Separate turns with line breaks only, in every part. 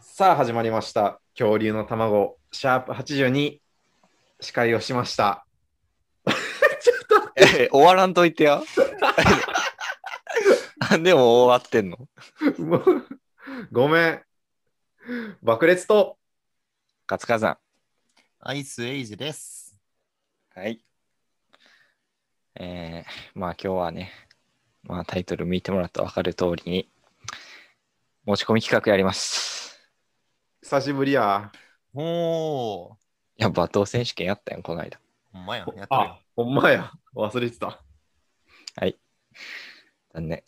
さあ始まりました恐竜の卵シャープ82司会をしました
え、終わらんといてや。あ でも終わってんの
もうごめん爆裂と
勝火山。
アイスエイジです。
はい。えー、まあ今日はね、まあタイトル見てもらったら分かる通りに、持ち込み企画やります。
久しぶりや
おー、
いや、罵倒選手権やったやん、この間。
ほんまやん。やってるよ
あほんまや忘れてた
残念。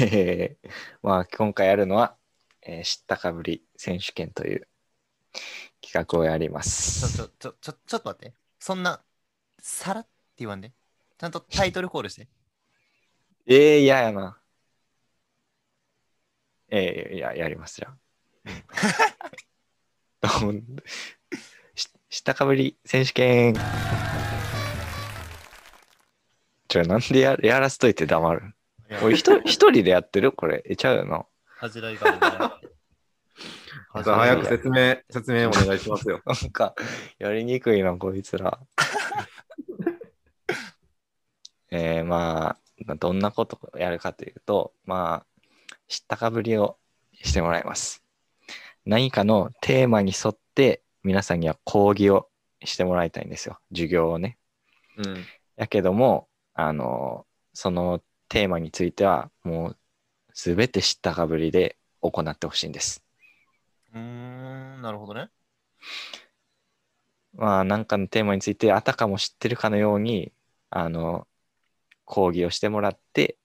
えーまあ今回やるのは、えー知ったかぶり選手権という企画をやりま
ちょ、ち
す。
ょ、ちょ、ちょ、ちょっと待って。そんな、さらって言わんで。ちゃんとタイトルコールして。
えー、嫌やな。えー、いや、やりますじゃあ。どうもししたかぶり選手権。ちょ、なんでややらせといて黙る俺一人一人でやってるこれ。え、ちゃうよな。
恥じらいがある
じ
か
ゃあ
ら。
早く説明説明お願いしますよ
なんか、やりにくいな、こいつら。えー、まあ、どんなことをやるかというと、まあ、知ったかぶりをしてもらいます。何かのテーマに沿って、皆さんには講義をしてもらいたいんですよ。授業をね。
うん
やけども、あの、そのテーマについては、もう、すべて知ったかぶりで行ってほしいんです。
うーん、なるほどね。
まあ、なんかのテーマについてあたかも知ってるかのようにあの講義をしてもらって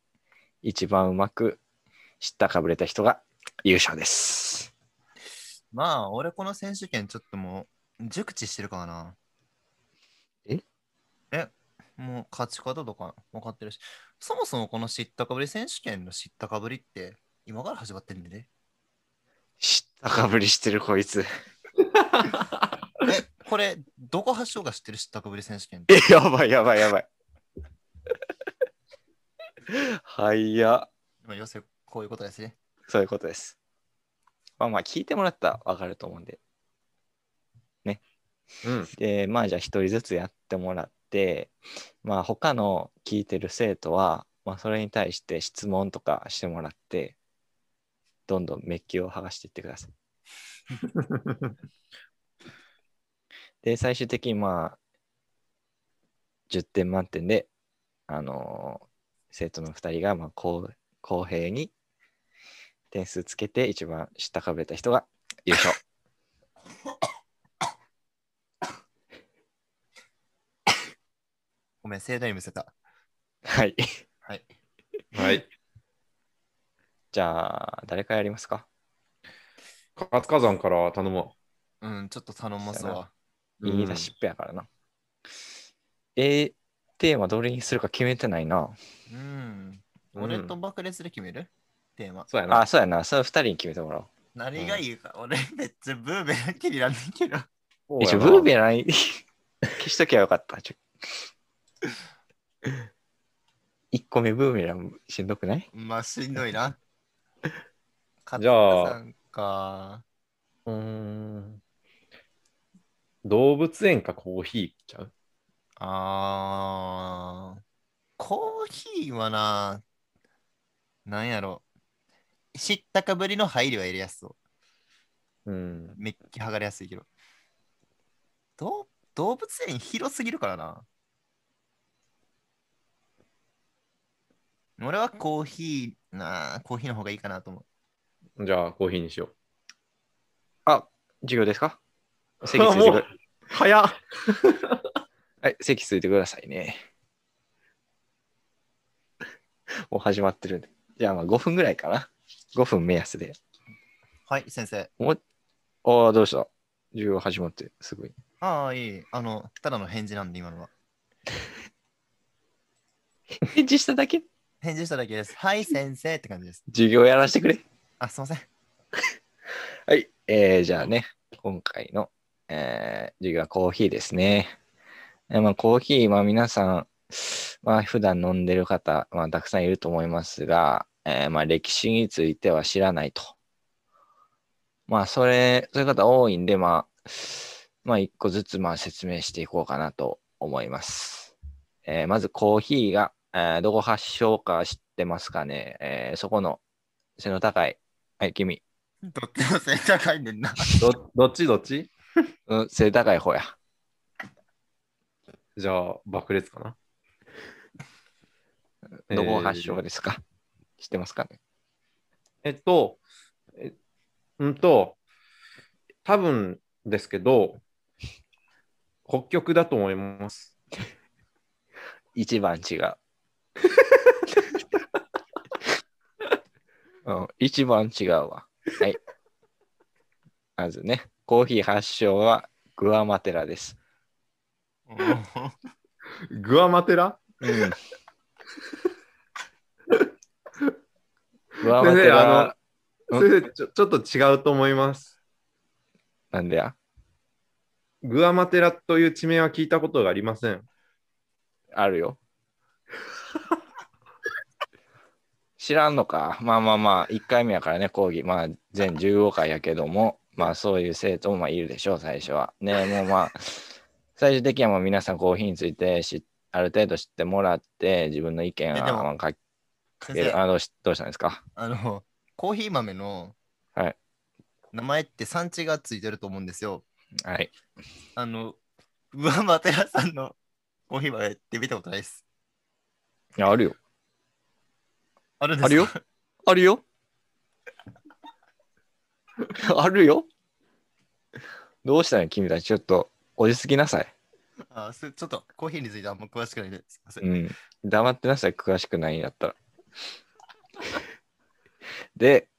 一番うまく知ったかぶれた人が優勝です。
まあ、俺この選手権ちょっともう、熟知してるからな。
え
え、もう勝ち方とか分かってるし、そもそもこの知ったかぶり選手権の知ったかぶりって、今から始まってるんでね。
知ったかぶりしてるこいつ。
え、これ、どこ発祥が知ってる知ったかぶり選手権って
え、やばいやばいやばい。 はいや、
まあ、要するにこういうことですね。
そういうことです。まあまあ聞いてもらったらわかると思うんで。
うん
で、まあじゃあ一人ずつやってもらって、まあ他の聞いてる生徒は、まあそれに対して質問とかしてもらって、どんどんメッキを剥がしていってください。で、最終的にまあ、10点満点で、あのー生徒の2人がまあ公公平に点数つけて一番下かぶれた人が優勝。
ごめん、盛大にむせた。
はい。
はい。
はい
じゃあ、誰からやりますか
活火山から頼も
うん、ちょっと頼ますわ。
う
言い出しっぺやからな。えーテーマどれにするか決めてないな。
うん。
うん
俺と爆裂で決めるテーマ。
そうやな
あ、そうやな。その二人に決めてもらおう。
何がいいか、俺めっちゃブーメラン気になんねんけど。
そうや
一
な
応、ブーメラン 消しときゃよかった。ちょ一個目ブーメランしんどくない
まあしんど いな。
じゃあ
勝田さんか。
うーん動物園かコーヒーちゃう
あー。コーヒーはな、なんやろ。知ったかぶりの配慮は入れやすそう。
うん
めっき剥がれやすいけど。どう動物園広すぎるからな。俺はコーヒーなあ、コーヒーの方がいいかなと思う。
じゃあコーヒーにしよ
あ、授業ですか
う
席ついてく
もう早っ
はい、席ついてくださいね。もう始まってるんで。じゃあまあ5分ぐらいかな。5分目安で。
はい、先生。
もああ、どうした授業始まってす ぐに。
ああ、いい。あの、ただの返事なんで、今のは。
返事しただけ
返事しただけです。はい、先生って感じです。
授業やらせてくれ。
あ、すいません。
はい、えー、じゃあね、今回の、えー、授業はコーヒーですね。えーまあ、コーヒー、まあ、皆さん、まあ、普段飲んでる方、まあ、たくさんいると思いますが、えーまあ、歴史については知らないとまあ、それ、そういう方多いんで、まあ、まあ、一個ずつ、まあ、説明していこうかなと思います。えーまず、コーヒーが、えーどこ発祥か知ってますかね、えーそこの背の高い、はい、君、
とっても背高いねんな。
どどっちどっち
うん、背高い方や。
じゃあ、爆裂かな。
どこ発祥ですか、知ってますかね
えっと、えうんと、多分ですけど、北極だと思います。
一番違 う。うん、一番違うわ。はい。まずね、コーヒー発祥はグアマテラです。
グアマテラ
うん。グアマテ
先生
ラ、うん
先生ちょ、ちょっと違うと思います。
なんでや
グアマテラという地名は聞いたことがありません。
あるよ。知らんのか。まあまあまあ、1回目やからね、講義。まあ、全15回やけども、まあそういう生徒もまあいるでしょう、最初は。ね、もうまあ、最終的にはもう皆さんコーヒーについてしある程度知ってもらって、自分の意見
えでも
を書き
先生、
あのしどうしたんですか
あの、コーヒー豆の、
はい
名前って産地がついてると思うんですよ。
はい。
あの、上マテラさんのコーヒー豆って見たことないです。
いやあるよ。
あるんです
あるよ。あるよ。 あるよ。どうしたの君たち、ちょっと落ち着きなさい。
あすちょっとコーヒーについてあんま詳しくないです。すいません。
うん。黙ってなさい、詳しくないんだったら。 で、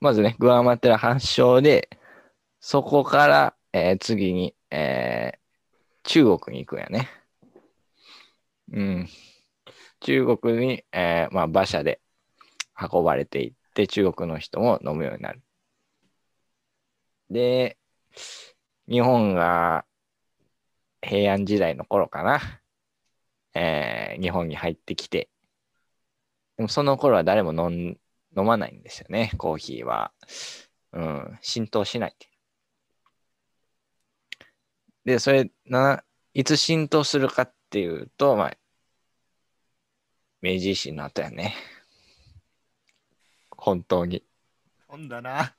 まずね、グアマテラ発祥で、そこから、えー次に、えー中国に行くんやね。うん。中国に、えーまあ、馬車で運ばれていって、中国の人も飲むようになる。で、日本が平安時代の頃かな。えー日本に入ってきて、でもその頃は誰も飲ん飲まないんですよね、コーヒーは。うん、浸透しないって。で、それな、いつ浸透するかっていうと、まあ、明治維新の後やね。本当に。
ほんだな。
だか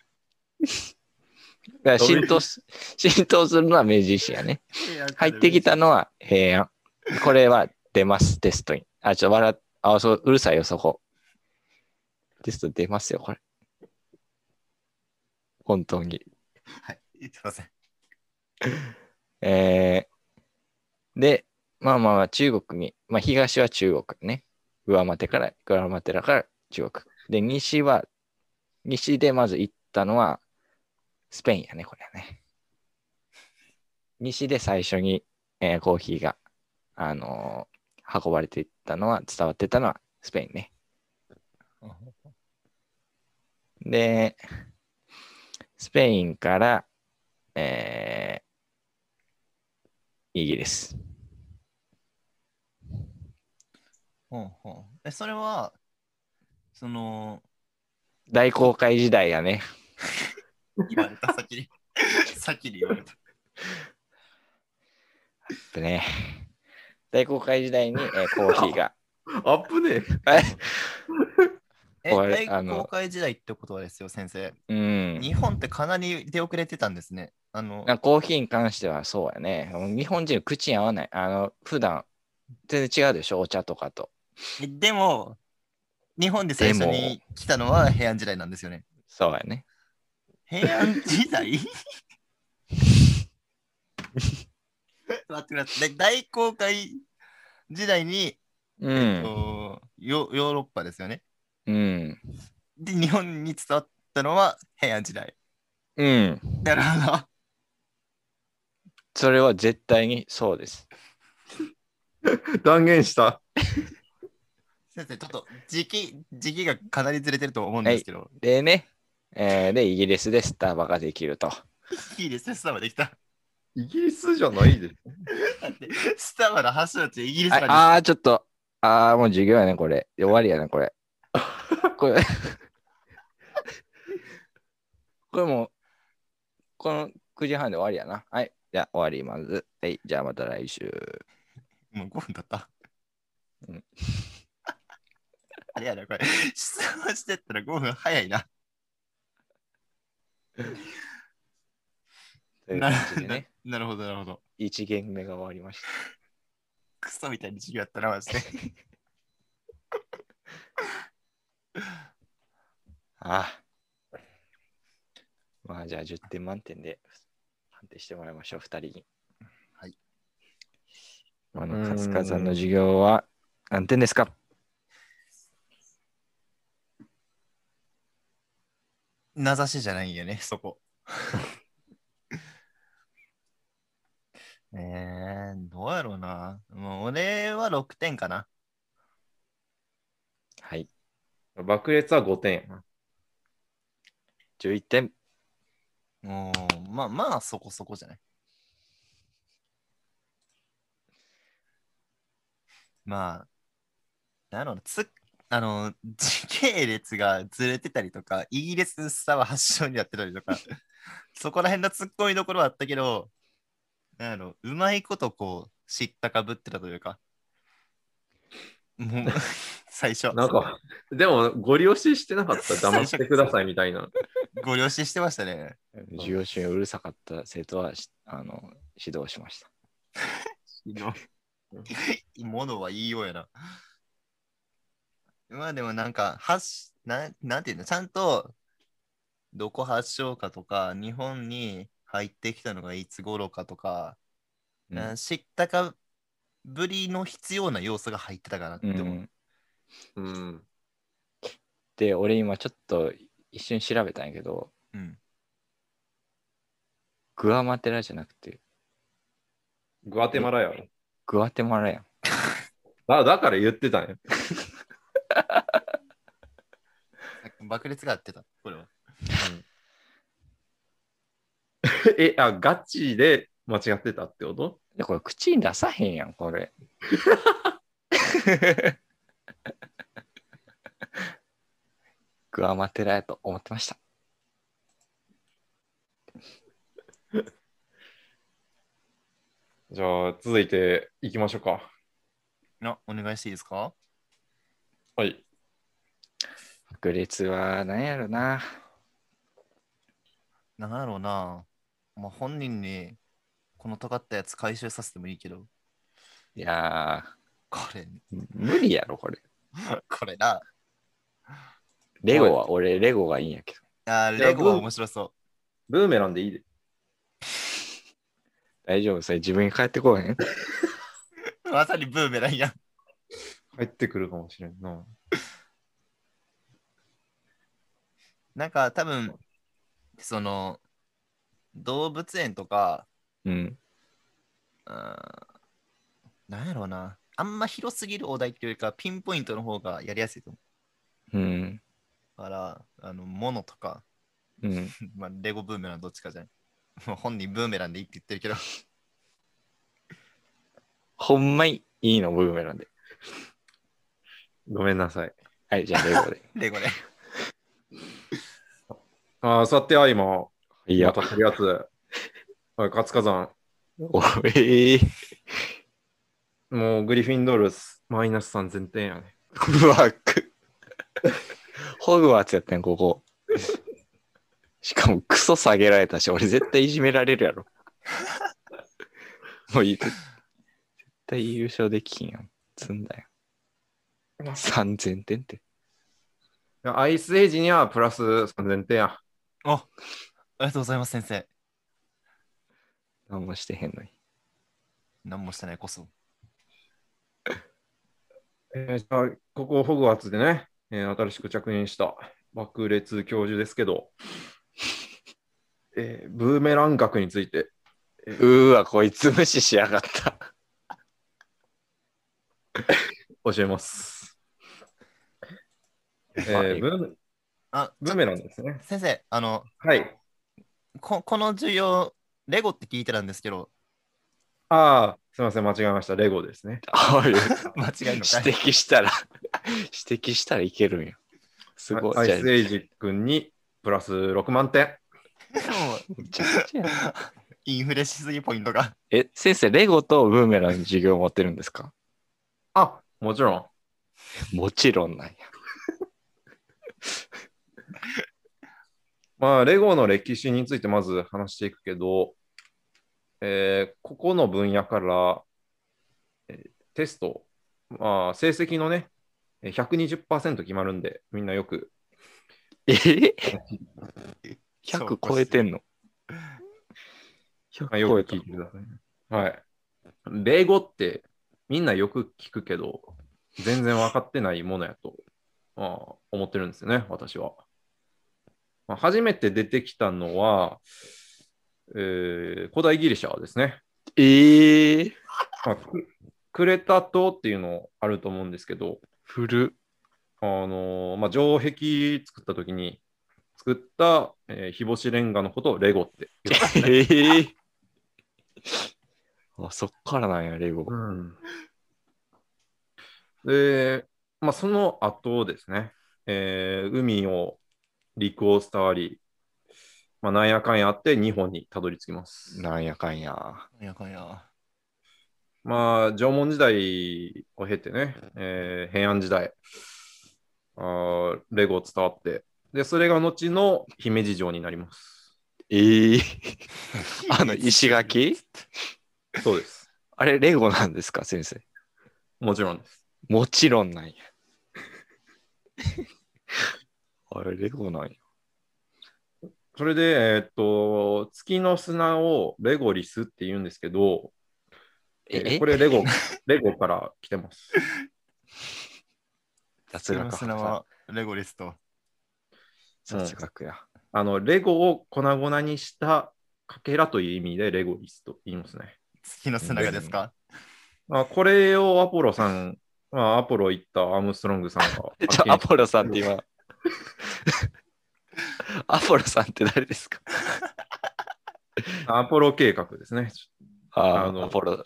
ら浸透す、浸透するのは明治維新やね。 入ってきたのは平安。これは出ます、テストに。あ、ちょっと笑っ、あ、そう、うるさいよ、そこ。テスト出ますよ、これ。本当に。
はい。すいません。
えーで、まあまあまあ中国に、まあ東は中国ね。上マテから、グアマテラから中国。で、西は、西でまず行ったのは、スペインやね、これはね。西で最初に、えーコーヒーが、あのー運ばれていったのは、伝わってたのはスペインね。で、スペインから、えー、イギリス。
ほんほんえ、それは、その、
大航海時代やね。
言われた 先に、先に言われた。
でね、大航海時代に、え ーコーヒーが。
アップね
え
え、
これ
大
あの
航海時代ってことはですよ、先生。
うん。
日本ってかなり出遅れてたんですね。あの、
なコーヒーに関してはそうやね。日本人口に合わない。あの、普段全然違うでしょ、お茶とかと。
えでも、日本で最初に来たのは平安時代なんですよね。
そうやね。
平安 時代待ってください。で大航海時代に、
う
こ
ん。
うヨヨーロッパですよね。
うん。
で、日本に伝わったのは平安時代。
うん。
なるほど。
それは絶対にそうです。
断言した。
先生、ちょっと時期、時期がかなりずれてると思うんですけど、
でね、えーで、イギリスでスタバができると。
いいですね、スタバできた。
イギリスじゃないです。
だってスタバの発祥地、イギリスまで来た
ああー、ちょっと、ああ、もう授業やね、これ。終わりやね、 これ。 これ、これもう、この9時半で終わりやな。はい。じゃあ終わります。はい。じゃあまた来週。
もう5分だった。
うん。
あれやな、これ。質問してったら5分早いな。
という感じでね、
なるほど、なるほど。
1限目が終わりました。
クソみたいな授業やったな、マジで。
ああ。まあじゃあ10点満点で判定してもらいましょう、2人に。
はい。
あの、カツカさんの授業は何点ですか
名指しじゃないんよね、そこ。 えー、どうやろうな。もう俺は6点かな。
はい。
爆裂は5点やな。
11点。
もう、まあまあそこそこじゃない。まあ、なるほど。つ あの、時系列がずれてたりとか、イギリスさは発祥にやってたりとか、そこら辺の突っ込みどころはあったけど、なんやろうまいことこう、知ったかぶってたというか、もう、 最初、
なんか、でも、ご利用ししてなかった。黙ってくださいみたいな。
ご了承してましたね。
授業中にうるさかった生徒はしあの指導しました。
ものは言いようやな。まあでもなんか、発しなんなんていうの、ちゃんとどこ発祥かとか、日本に入ってきたのがいつ頃かとか、
うん
な知ったかぶりの必要な要素が入ってたかなって
う
思う。
ん、
うん。
で、俺今ちょっと一瞬調べたんやけど、
うん
グアマテラじゃなくて
グアテマラやろ。
グアテマラやん。
だだから言ってたんや。
爆裂があってた、これは。
え、あ、ガチで間違ってたってこと
で、これ口に出さへんやん、これ。グアマテラやと思ってました。
じゃあ、続いていきましょうか。
な、お願いしていいですか
はい。
グレツは何やろな。
なんやろうな。まあ本人にこの尖ったやつ回収させてもいいけど、
いや
これ、
ー、無理やろ、これ。
これな。
レゴは、俺、レゴがいいんやけど。
あー
いや
レゴは面白そう。
ブーメランでいいで。
大丈夫、それ自分に帰ってこうへん。
まさにブーメランやん。
帰ってくるかもしれんな。
なんか多分、その、動物園とか、
うん。
うーんなんやろうな、あんま広すぎるお題っていうよりか、ピンポイントの方がやりやすいと
う
思
ん。
う。だから、あの、ものとか、
うん。
まあ、レゴブーメランどっちかじゃない。もう本人ブーメランでいいって言ってるけど、
ほんまにいいの、ブーメランで。
ごめんなさい。
はい、じゃあ、レ ゴで。
レゴで。
あー、さて、あ、今、
い
いや、
や
当、たるやつ。おい、活火山。
おええ
もう、グリフィンドールス、マイナス3000点やね。
うわく。ホグワーツやったん、ここ。しかもクソ下げられたし、俺絶対いじめられるや ろ。もういい。絶対優勝できんやん。積んだよ。3000点って。
いやアイスエイジにはプラス3000点や。
あありがとうございます、先生。
何もしてへんのに。
何もしてないこそ。
えーじゃあ、ここ、ホグワーツでね、えー新しく着任した爆裂教授ですけど、えーブーメラン学について、
うーわ、こいつ無視しやがった。
教えます。えーブー
あ、
ブーメランですね。
先生、あの、
はい。
ここの授業、レゴって聞いてたんですけど、
ああ、すみません、間違えました。レゴですね。
あ あいう
間違い
指
のかい
摘したら、指摘したらいけるんや。すごい。
ア
じゃ
イスエイジ君にプラス6万点。
あめちゃくちゃやな
インフレしすぎポイントが。
え、先生、レゴとブーメランの授業を持ってるんですか
あ、もちろん。
もちろんなんや。
まあ、レゴの歴史についてまず話していくけど、えーここの分野から、えーテスト、まあ、成績のね、えー120%決まるんで、みんなよく。
え ?100 超えてんの
まあ
?100
よ
超
く
えた
聞い。てくださいね。はい。レゴってみんなよく聞くけど、全然分かってないものやと、まあ、思ってるんですよね、私は。まあ、初めて出てきたのは、えー古代ギリシャですね。
えー、
まあ、ククレタ島っていうのあると思うんですけど、
古
あのーまあ、城壁作った時に作った、えー日干しレンガのことをレゴって言うんです
え
ね。
ー、 あ、そっからなんや、レゴ。
で、まあ、その後ですね、えー海を陸を伝わり、まあ、なんやかんやあって日本にたどり着きます。
なんやかんや。
いやかんや。
まあ、縄文時代を経てね、えー平安時代、あーレゴ伝わって、で、それが後の姫路城になります。
ええあの、石垣
そうです。
あれ、レゴなんですか、先生。
もちろんです。
もちろんなんや。 あれ、レゴなんや。
それで、えーっと、月の砂をレゴリスって言うんですけど、えーこれレゴ、レゴから来てます。
雑
その
学
砂はレゴリスト。
雑学や。
あの、レゴを粉々にしたかけらという意味でレゴリスと言いますね。
月の砂がですか
まあ、これをアポロさん、まあ、アポロ行ったアームストロングさんが
え、 ちょ、アポロさんって 今。アポロさんって誰ですか
アポロ計画ですね。
あ
あ
の
の
アポロ。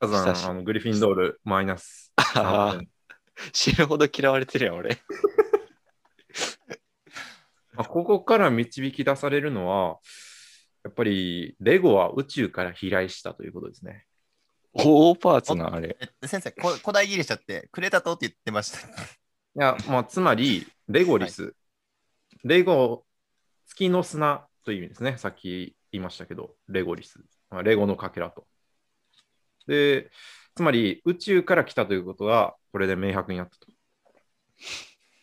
火
久し
山あのグリフィンドールマイナス。
あー死ぬほど嫌われてるやん、俺。
まあ、ここから導き出されるのは、やっぱりレゴは宇宙から飛来したということですね。
大パーツな、あれ。
え先生、こ古代ギリシャってクレタ島って言ってました。
いや、まあ、つまり、レゴリス、レゴ、月の砂という意味ですね。さっき言いましたけど、レゴリス、まあ、レゴのかけらと。で、つまり、宇宙から来たということは、これで明白になったと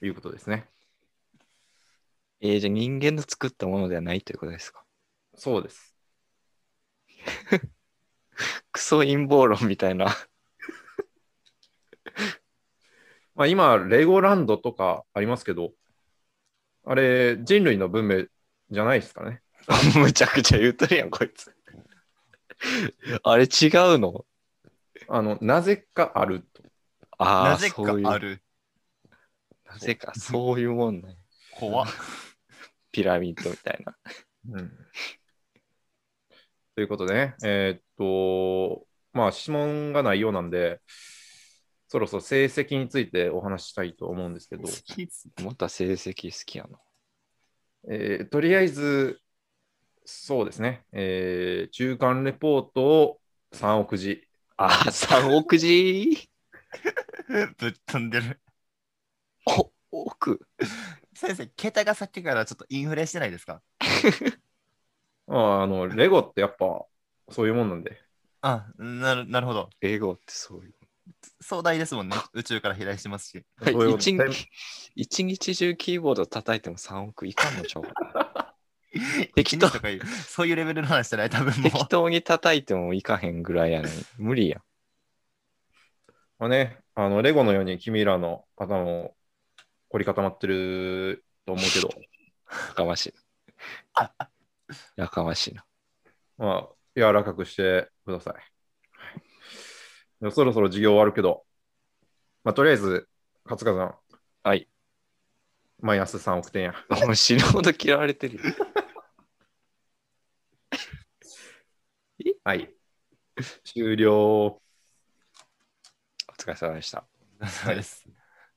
いうことですね。
えーじゃあ人間の作ったものではないということですか
そうです。
クソ陰謀論みたいな。
まあ、今、レゴランドとかありますけど、あれ、人類の文明じゃないですからね。
むちゃくちゃ言うとるやん、こいつ。あれ違うの
あの、なぜかあると。
ああ、
なぜか
そういう
ある。
なぜか、そういうもんね。
怖っ。
ピラミッドみたいな。
うんということでね、えーっと、まあ、質問がないようなんで、そろそろ成績についてお話ししたいと思うんですけど、
また成績好きやな。
えーとりあえず、そうですね、えー中間レポートを3億字。
ああ、3億字
ぶっ飛んでる。
お、億
先生、桁がさっきからちょっとインフレしてないですか
まあ、あのレゴってやっぱそういうもんなんで、
あなる、なるほど。
レゴってそういう。
壮大ですもんね。宇宙から飛来してますし。
そういうこと
一
全
日一日中キーボード叩いても3億いかんの ちゃう か適当
一日とかいうそういうレベルの話じゃない、多分も
適当に叩いてもいかへんぐらいやのに。無理やん。
まあね、あのレゴのように君らの頭も凝り固まってると思う けど、
やかましい な。やかましいな。
まあ、柔らかくしてください。でもそろそろ授業終わるけど、まあ、とりあえず、勝川さ
はい。
ん、マイナス3億点や。
もう死ぬほど嫌われてるよ。
はい。終了。
お疲れ様でした。
う。そうです。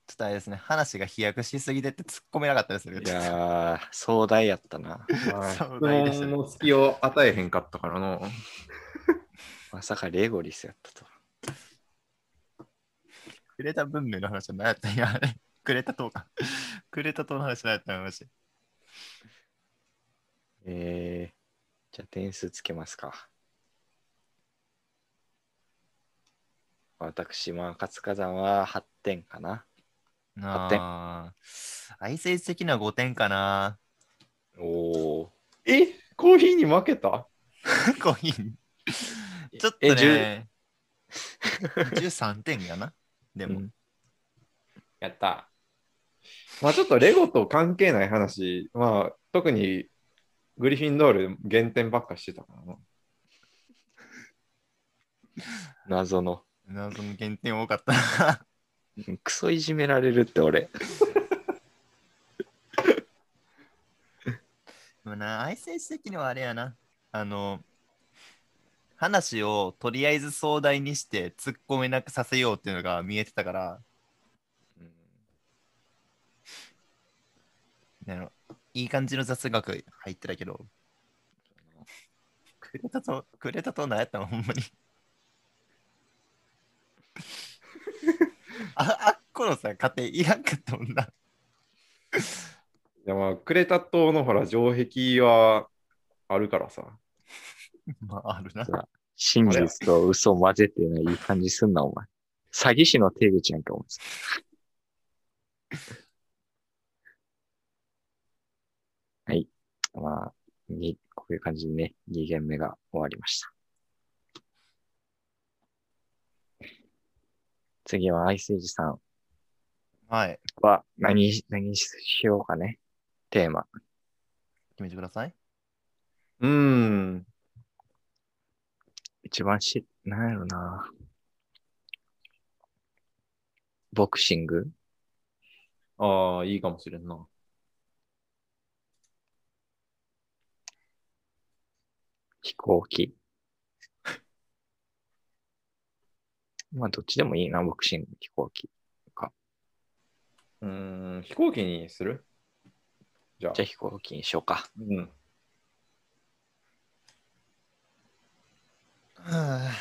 ちょっとあれですね、話が飛躍しすぎてって突っ込めなかったですよね。
いやー、壮大やったな。
はい質
そうないです
問の隙を与えへんかったからの。
まさかレゴリスやったとは。
クレタ文明の話は何やったんや、あれ。クレタ島か。クレタ島の話何やったんや、マジで
えー、じゃあ点数つけますか。私、まあ、活火山は8点かな。
あーアイスエイジ的には5点かな。
おお。
えコーヒーに負けた
コーヒーにちょっと
え
ね。13点やな。でも、
うん
やった。まあちょっとレゴと関係ない話、まあ特にグリフィンドール減点ばっかしてたからな。
謎の。
謎の減点多かったな。
クソいじめられるって俺。
でもな、アイスエイジ的にはあれやな。あの、話をとりあえず壮大にして突っ込めなくさせようっていうのが見えてたから、
うん
なんやろいい感じの雑学入ってたけど、クレタと、クレタと何やったのほんまに。あ、あっこのさ、家庭いらんかったもんな。
いやまあクレタ島のほら城壁はあるからさ。
まあ、あるな。
真実と嘘を混ぜてないい感じすんな、お前。詐欺師の手口なんか、お前。はい。まあ、に、こういう感じでね、2限目が終わりました。次はアイスエイジさん
はい。
は何し、何しようかね。テーマ。
決めてください。
うーん。
一番し、なんやろな。ボクシング
ああ、いいかもしれんな。
飛行機。 まあ、どっちでもいいな、ボクシング、飛行機。
うーん、飛行機にするじゃあ
じゃあ飛行機にしよう か。
うん。
は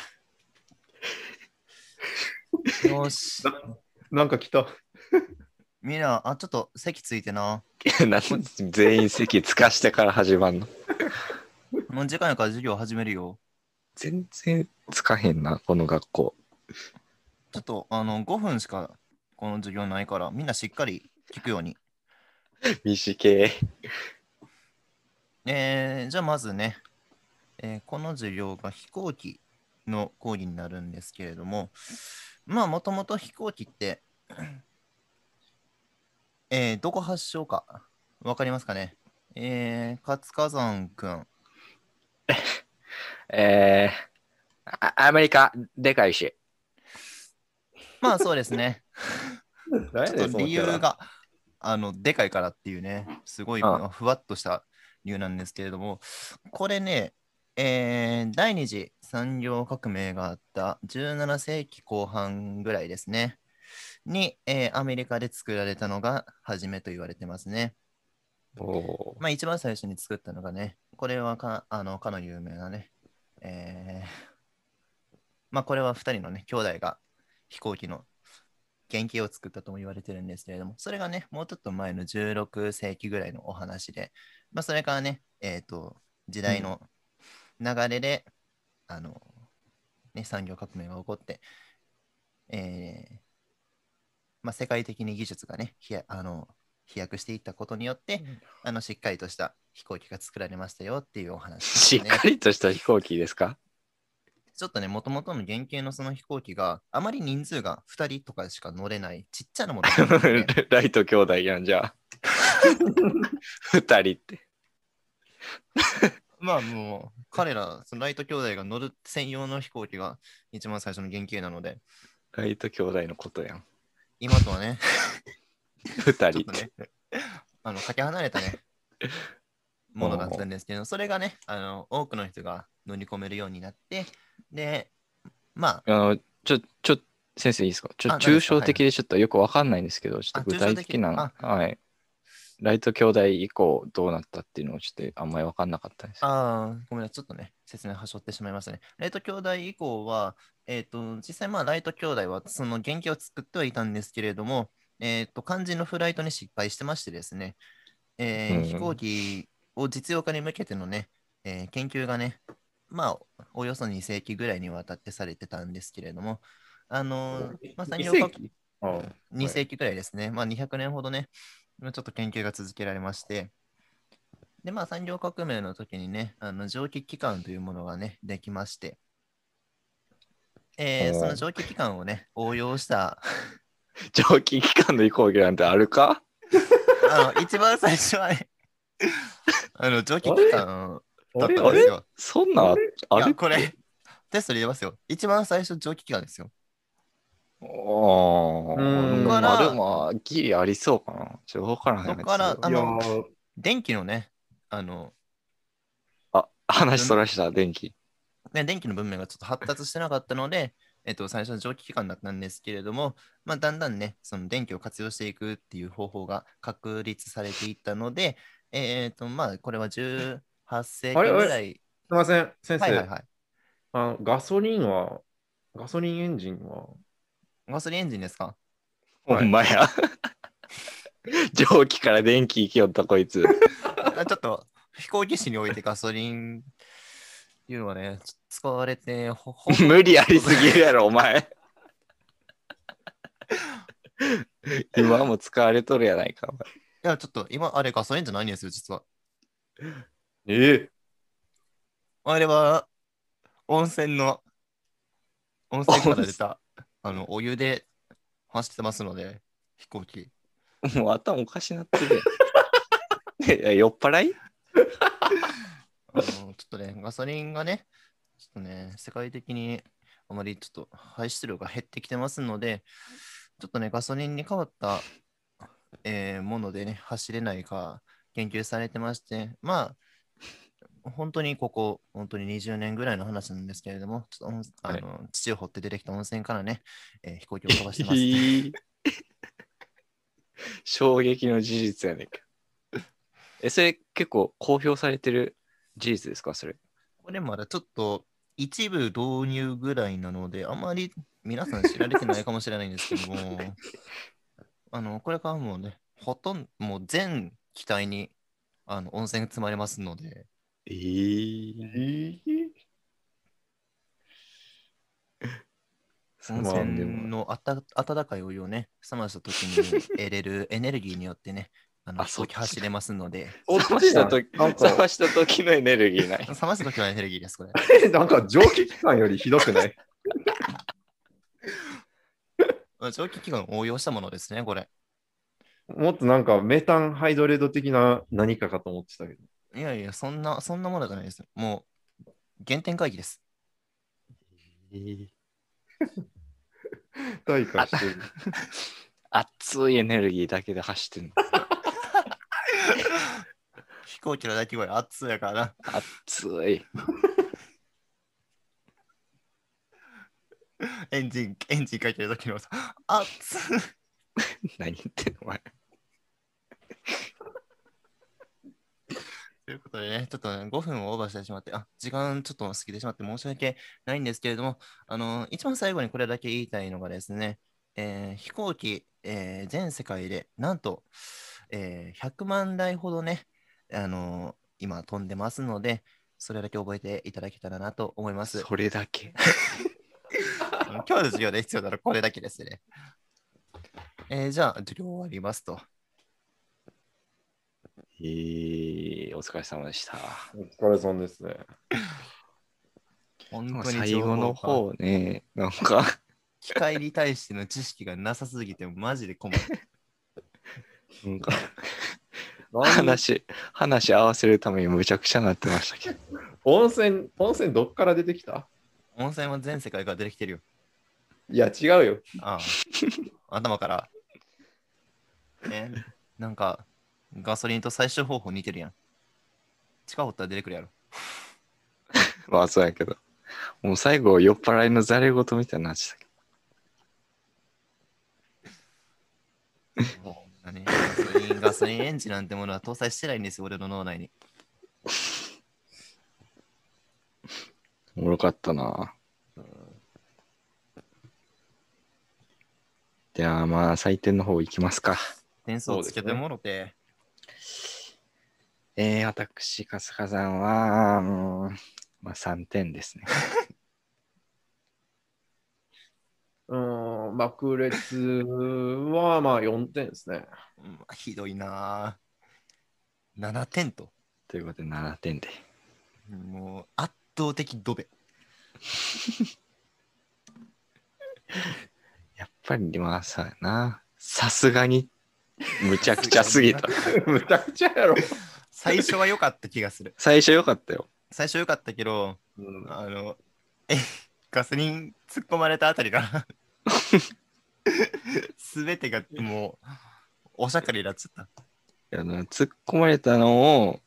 あよし。
なんか来た。
みんな、あ、ちょっと席ついてな。
全員席つかしてから始まるの。
もう時間やから授業始めるよ。
全然つかへんな、この学校。
ちょっと、あの、5分しかこの授業ないから、みんなしっかり聞くように。
短い。
えーじゃあまずね、えーこの授業が飛行機の講義になるんですけれども、まあもともと飛行機って、えーどこ発祥かわかりますかねえー、活火山くん。
えー、あアメリカ、でかいし。
まあそうですね。
誰
ちょっと理由。が、あの、でかいからっていうね、すごい
ああ
ふわっとした理由なんですけれども、これね、えー第二次産業革命があった17世紀後半ぐらいですね、に、えーアメリカで作られたのが初めと言われてますね。
お
まあ一番最初に作ったのがね、これはかあのかの有名なね、えーまあこれは2人のね、兄弟が飛行機の原型を作ったとも言われてるんですけれども、それがね、もうちょっと前の16世紀ぐらいのお話で、まあそれからね、えっ、と、時代の流れで、あの、ね、産業革命が起こって、えーまあ世界的に技術がね、ひやあの飛躍していったことによって、あのしっかりとした飛行機が作られましたよっていうお話です
し
ね、
っかりとした飛行機ですか
ちょっとね、もともとの原型のその飛行機があまり人数が2人とかしか乗れないちっちゃなものだったん で
ライト兄弟やん、じゃ あ。二人って。
まあもう彼ら、そのライト兄弟が乗る専用の飛行機が一番最初の原型なので、
ライト兄弟のことやん。
今とはね、
二人っ
ちょ
て
っとね、あのかけ離れたね、ものだったんですけど、それがね、あの多くの人が乗り込めるようになって、で、まあ、
あの、ちょ、ちょ、先生いいですかちょ
あ
っ
何
と
です
抽
か
象的でちょっとよくわかんないんですけど、ちょっと具体的な、はい。ライト兄弟以降どうなったっていうのをちょっとあんまりわかんなかったです。
ああ、ごめんなさい、ちょっとね、説明はしょってしまいましたね。ライト兄弟以降は、えっ、と、実際、まあ、ライト兄弟はその原型を作ってはいたんですけれども、えっ、と、肝心のフライトに失敗してましてですね、えー
うん
飛行機を実用化に向けてのね、えー研究がね、まあ、およそ2世紀ぐらいにわたってされてたんですけれども、あのーまあ、産業
2世
革
紀あ
2世紀くらいですね、まあ、200年ほどね、ちょっと研究が続けられまして、で、まあ、産業革命の時にね、あの蒸気機関というものがね、できまして、えー
おー
その蒸気機関をね、応用した、
長期期間の移行期なんてあるか
あの一番最初はね、 あの蒸気機関だっ
れ
たんですよ。
そんなんあ
い
あ
や
る
これ、テストで入れますよ。一番最初、蒸気機関ですよ。
おー
うん
まあ、
だから
でも、ギリありそうかな。ちょっとわからないですけど
そっからあ
いや
の
ー
電気のね、あの、
あ、話そらした、電気。
ね、電気の文明がちょっと発達してなかったので、えっと、最初の蒸気機関だったんですけれども、まあ、だんだんね、その電気を活用していくっていう方法が確立されていったので、えっと、まあ、これは18世紀ぐ
あれあれ
らい。
すみません、先生、
はいはいはい。
あの、ガソリンは、ガソリンエンジンは、
ガソリンエンジンですか
はい
ほんまや。 蒸気から電気行きよった、こいつ。
あちょっと、飛行機師においてガソリンっていうのはね、ちょっと使われて、ほほ
無理ありすぎるやろ、お前。今も使われとるやないか。お前
いや、ちょっと今、あれガソリンじゃないんですよ、実は。
え
あれは、温泉の、温泉から出た、あの、お湯で走ってますので、飛行機。
もう頭おかしなってるやんいや。酔っ払い
あの、ちょっとね、ガソリンがね、ちょっとね、世界的にあまりちょっと排出量が減ってきてますので、ちょっとね、ガソリンに変わった、えーものでね、走れないか研究されてまして、まあ、本当にここ、本当に20年ぐらいの話なんですけれども、ちょっと温あ
はい
の、土を掘って出てきた温泉からね、えー飛行機を飛ばし てます。
いい衝撃の事実やねんけどえ、それ結構公表されてる事実ですかそれ。
これまだちょっと一部導入ぐらいなので、あまり皆さん知られてないかもしれないんですけども、 あの、これからもうね、ほとんど、もう全機体にあの温泉が積まれますので、
えー、
温
まあ
泉
でも
のあた温かいお湯をね、冷ました時に得れるエネルギーによってね、あの
あ
飛行機
そっち
走れますので、
ー、
冷ました時
なん
冷
か、
ました時のエネルギーない。
冷ます時はエネルギーです、こ れ。
なんか蒸気機関よりひどくない
まあ蒸気機関を応用したものですね、これ。
もっとなんかメタンハイドレード的な何かかと思ってたけど。
いやいや、そんな、そんなものじゃないです。もう、原点回帰です。
退化してる。
熱いエネルギーだけで走ってんの。
飛行機の大規模や熱いやから な。
熱い。
エンジン、エンジンかけるときのさ、 熱っ
何言ってんのお前。
ということでね、ちょっと、ね、5分をオーバーしてしまって、あ、時間ちょっと過ぎてしまって申し訳ないんですけれども、あの、一番最後にこれだけ言いたいのがですね、えー飛行機、えー全世界でなんと、えー100万台ほどね、あの今飛んでますので、それだけ覚えていただけたらなと思 います。
それだけ。
あの今日の授業で必要なのはこれだけですね。えーじゃあ、授業終わりますと。
えー、お疲れ様でした。
お疲れさんですね。
本
なん
当
か
に
最後の
情報
方
が
ね、なんか
機械に対しての知識がなさすぎてマジで困 る。
なんか話、話合わせるためにむちゃくちゃなってましたけど。
温泉、温泉どっから出てきた
温泉は全世界から出てきてるよ。
いや、違うよ。
あ あ頭から。ね、なんかガソリンと最終方法似てるやん。地下掘ったら出てくるやろ。
まあそうやけど。もう最後酔っ払いのざれ言みたいになってたけ
もうねガソリンガソリンエンジンなんてものは搭載してないんですよ、俺の脳内に。
おもろかったな。では、まあ、採点の方行きますか。
点数をつけてもろて、
えー、私、春日さんは、うーんまあ、3点ですね。
うーん、爆裂はまあ4点ですね。
うんひどいなぁ。7点と。
ということで、7点で。
もう圧倒的ドベ。
やっぱり、まあ、そうやな。さすがに、むちゃくちゃすぎ た。
むちゃくちゃやろ。
最初は良かった気がする。
最初良かったよ。
最初良かったけど、
うん
あの、え、ガソリン突っ込まれたあたり から、すべてがもう、おしゃかりになっちゃっ
いやな突っ込まれたのを、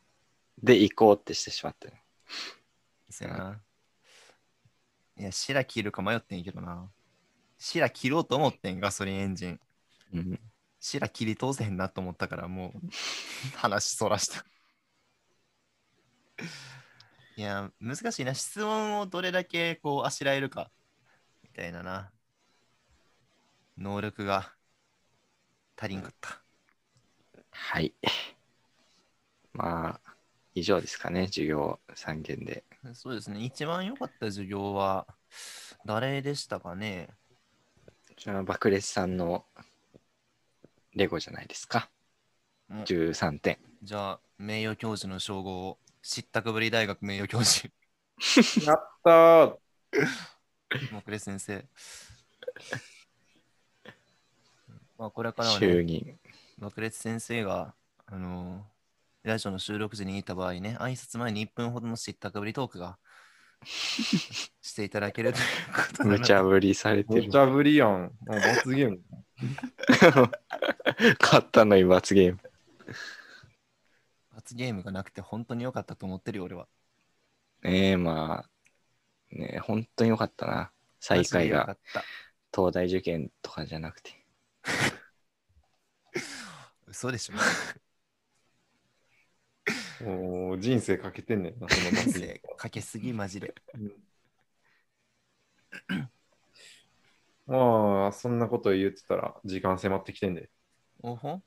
で行こうってしてしまったよ。
た。そうやな。いや、白切るか迷ってんけどな。白切ろうと思ってん、ガソリンエンジン。
うん、
白切り通せへんなと思ったから、も う、話そらした。いや、難しいな。質問をどれだけこう、あしらえるか。みたいなな。能力が足りんかった。
はい。まあ、以上ですかね、授業3件で。
そうですね。一番良かった授業は、誰でしたかね
じゃあ、爆裂さんのレゴじゃないですか。
うん
13点。
じゃあ、名誉教授の称号を、知ったくぶり大学名誉教 授、
やったー。
木礼先生。まあ、これからはね、
就任。
爆裂先生が、あのーラジオの収録時にいた場合ね、挨拶前に1分ほどの知ったかぶりトー クがしていただけるということな
無
ので
茶ぶりされて
む
る
ち。ゃぶりやん。もう罰ゲーム。
勝ったのに罰ゲーム。
罰ゲームがなくて本当に良かったと思ってるよ、俺は。
ねえ、まあ、ねえ、本当に良かったな。最下位
マジで良か
が
った。
東大受験とかじゃなくて。
嘘でしょ。
もう人生かけてんねんな、その罰ゲーム
生かけすぎ、マ ジで。
まあ、そんなこと言ってたら時間迫ってきてんで。
おほん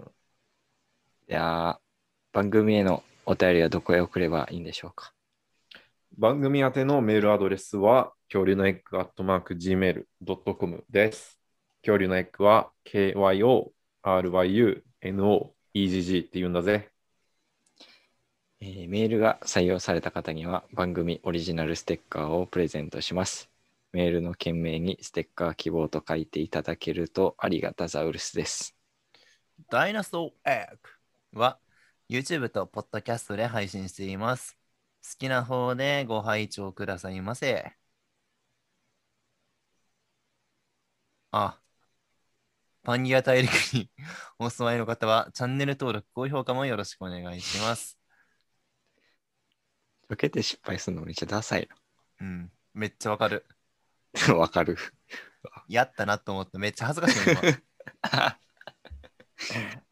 いやー番組へのお便りはどこへ送ればいいんでしょうか。
番組宛てのメールアドレスは、恐竜のエッグアットマーク Gmail.com です。恐竜のエッグは KYORYUNOEGG って言うんだぜ。
えーメールが採用された方には番組オリジナルステッカーをプレゼントします。メールの件名にステッカー希望と書いていただけるとありがたザウルスです。
ダイナソーエッグは YouTube と Podcast で配信しています。好きな方でご拝聴くださいませ。あ、パンギア大陸にお住まいの方はチャンネル登録、高評価もよろしくお願いします。
受けて失敗するのめっちゃダサい
うん、めっちゃわかる。
な。 わかる。
やったなと思ってめっちゃ恥ずかしいの今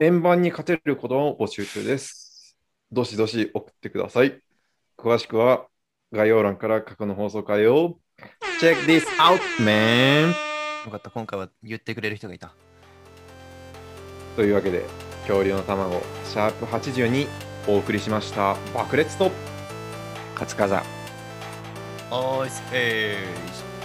円盤に勝てることを募集中です。どしどし送ってください。詳しくは概要欄から過去の放送回を Check this out, man!
よかった、今回は言ってくれる人がいた。
というわけで、恐竜の卵、シャープ80にお送りしました。爆裂と
勝火山。
おーい、スペース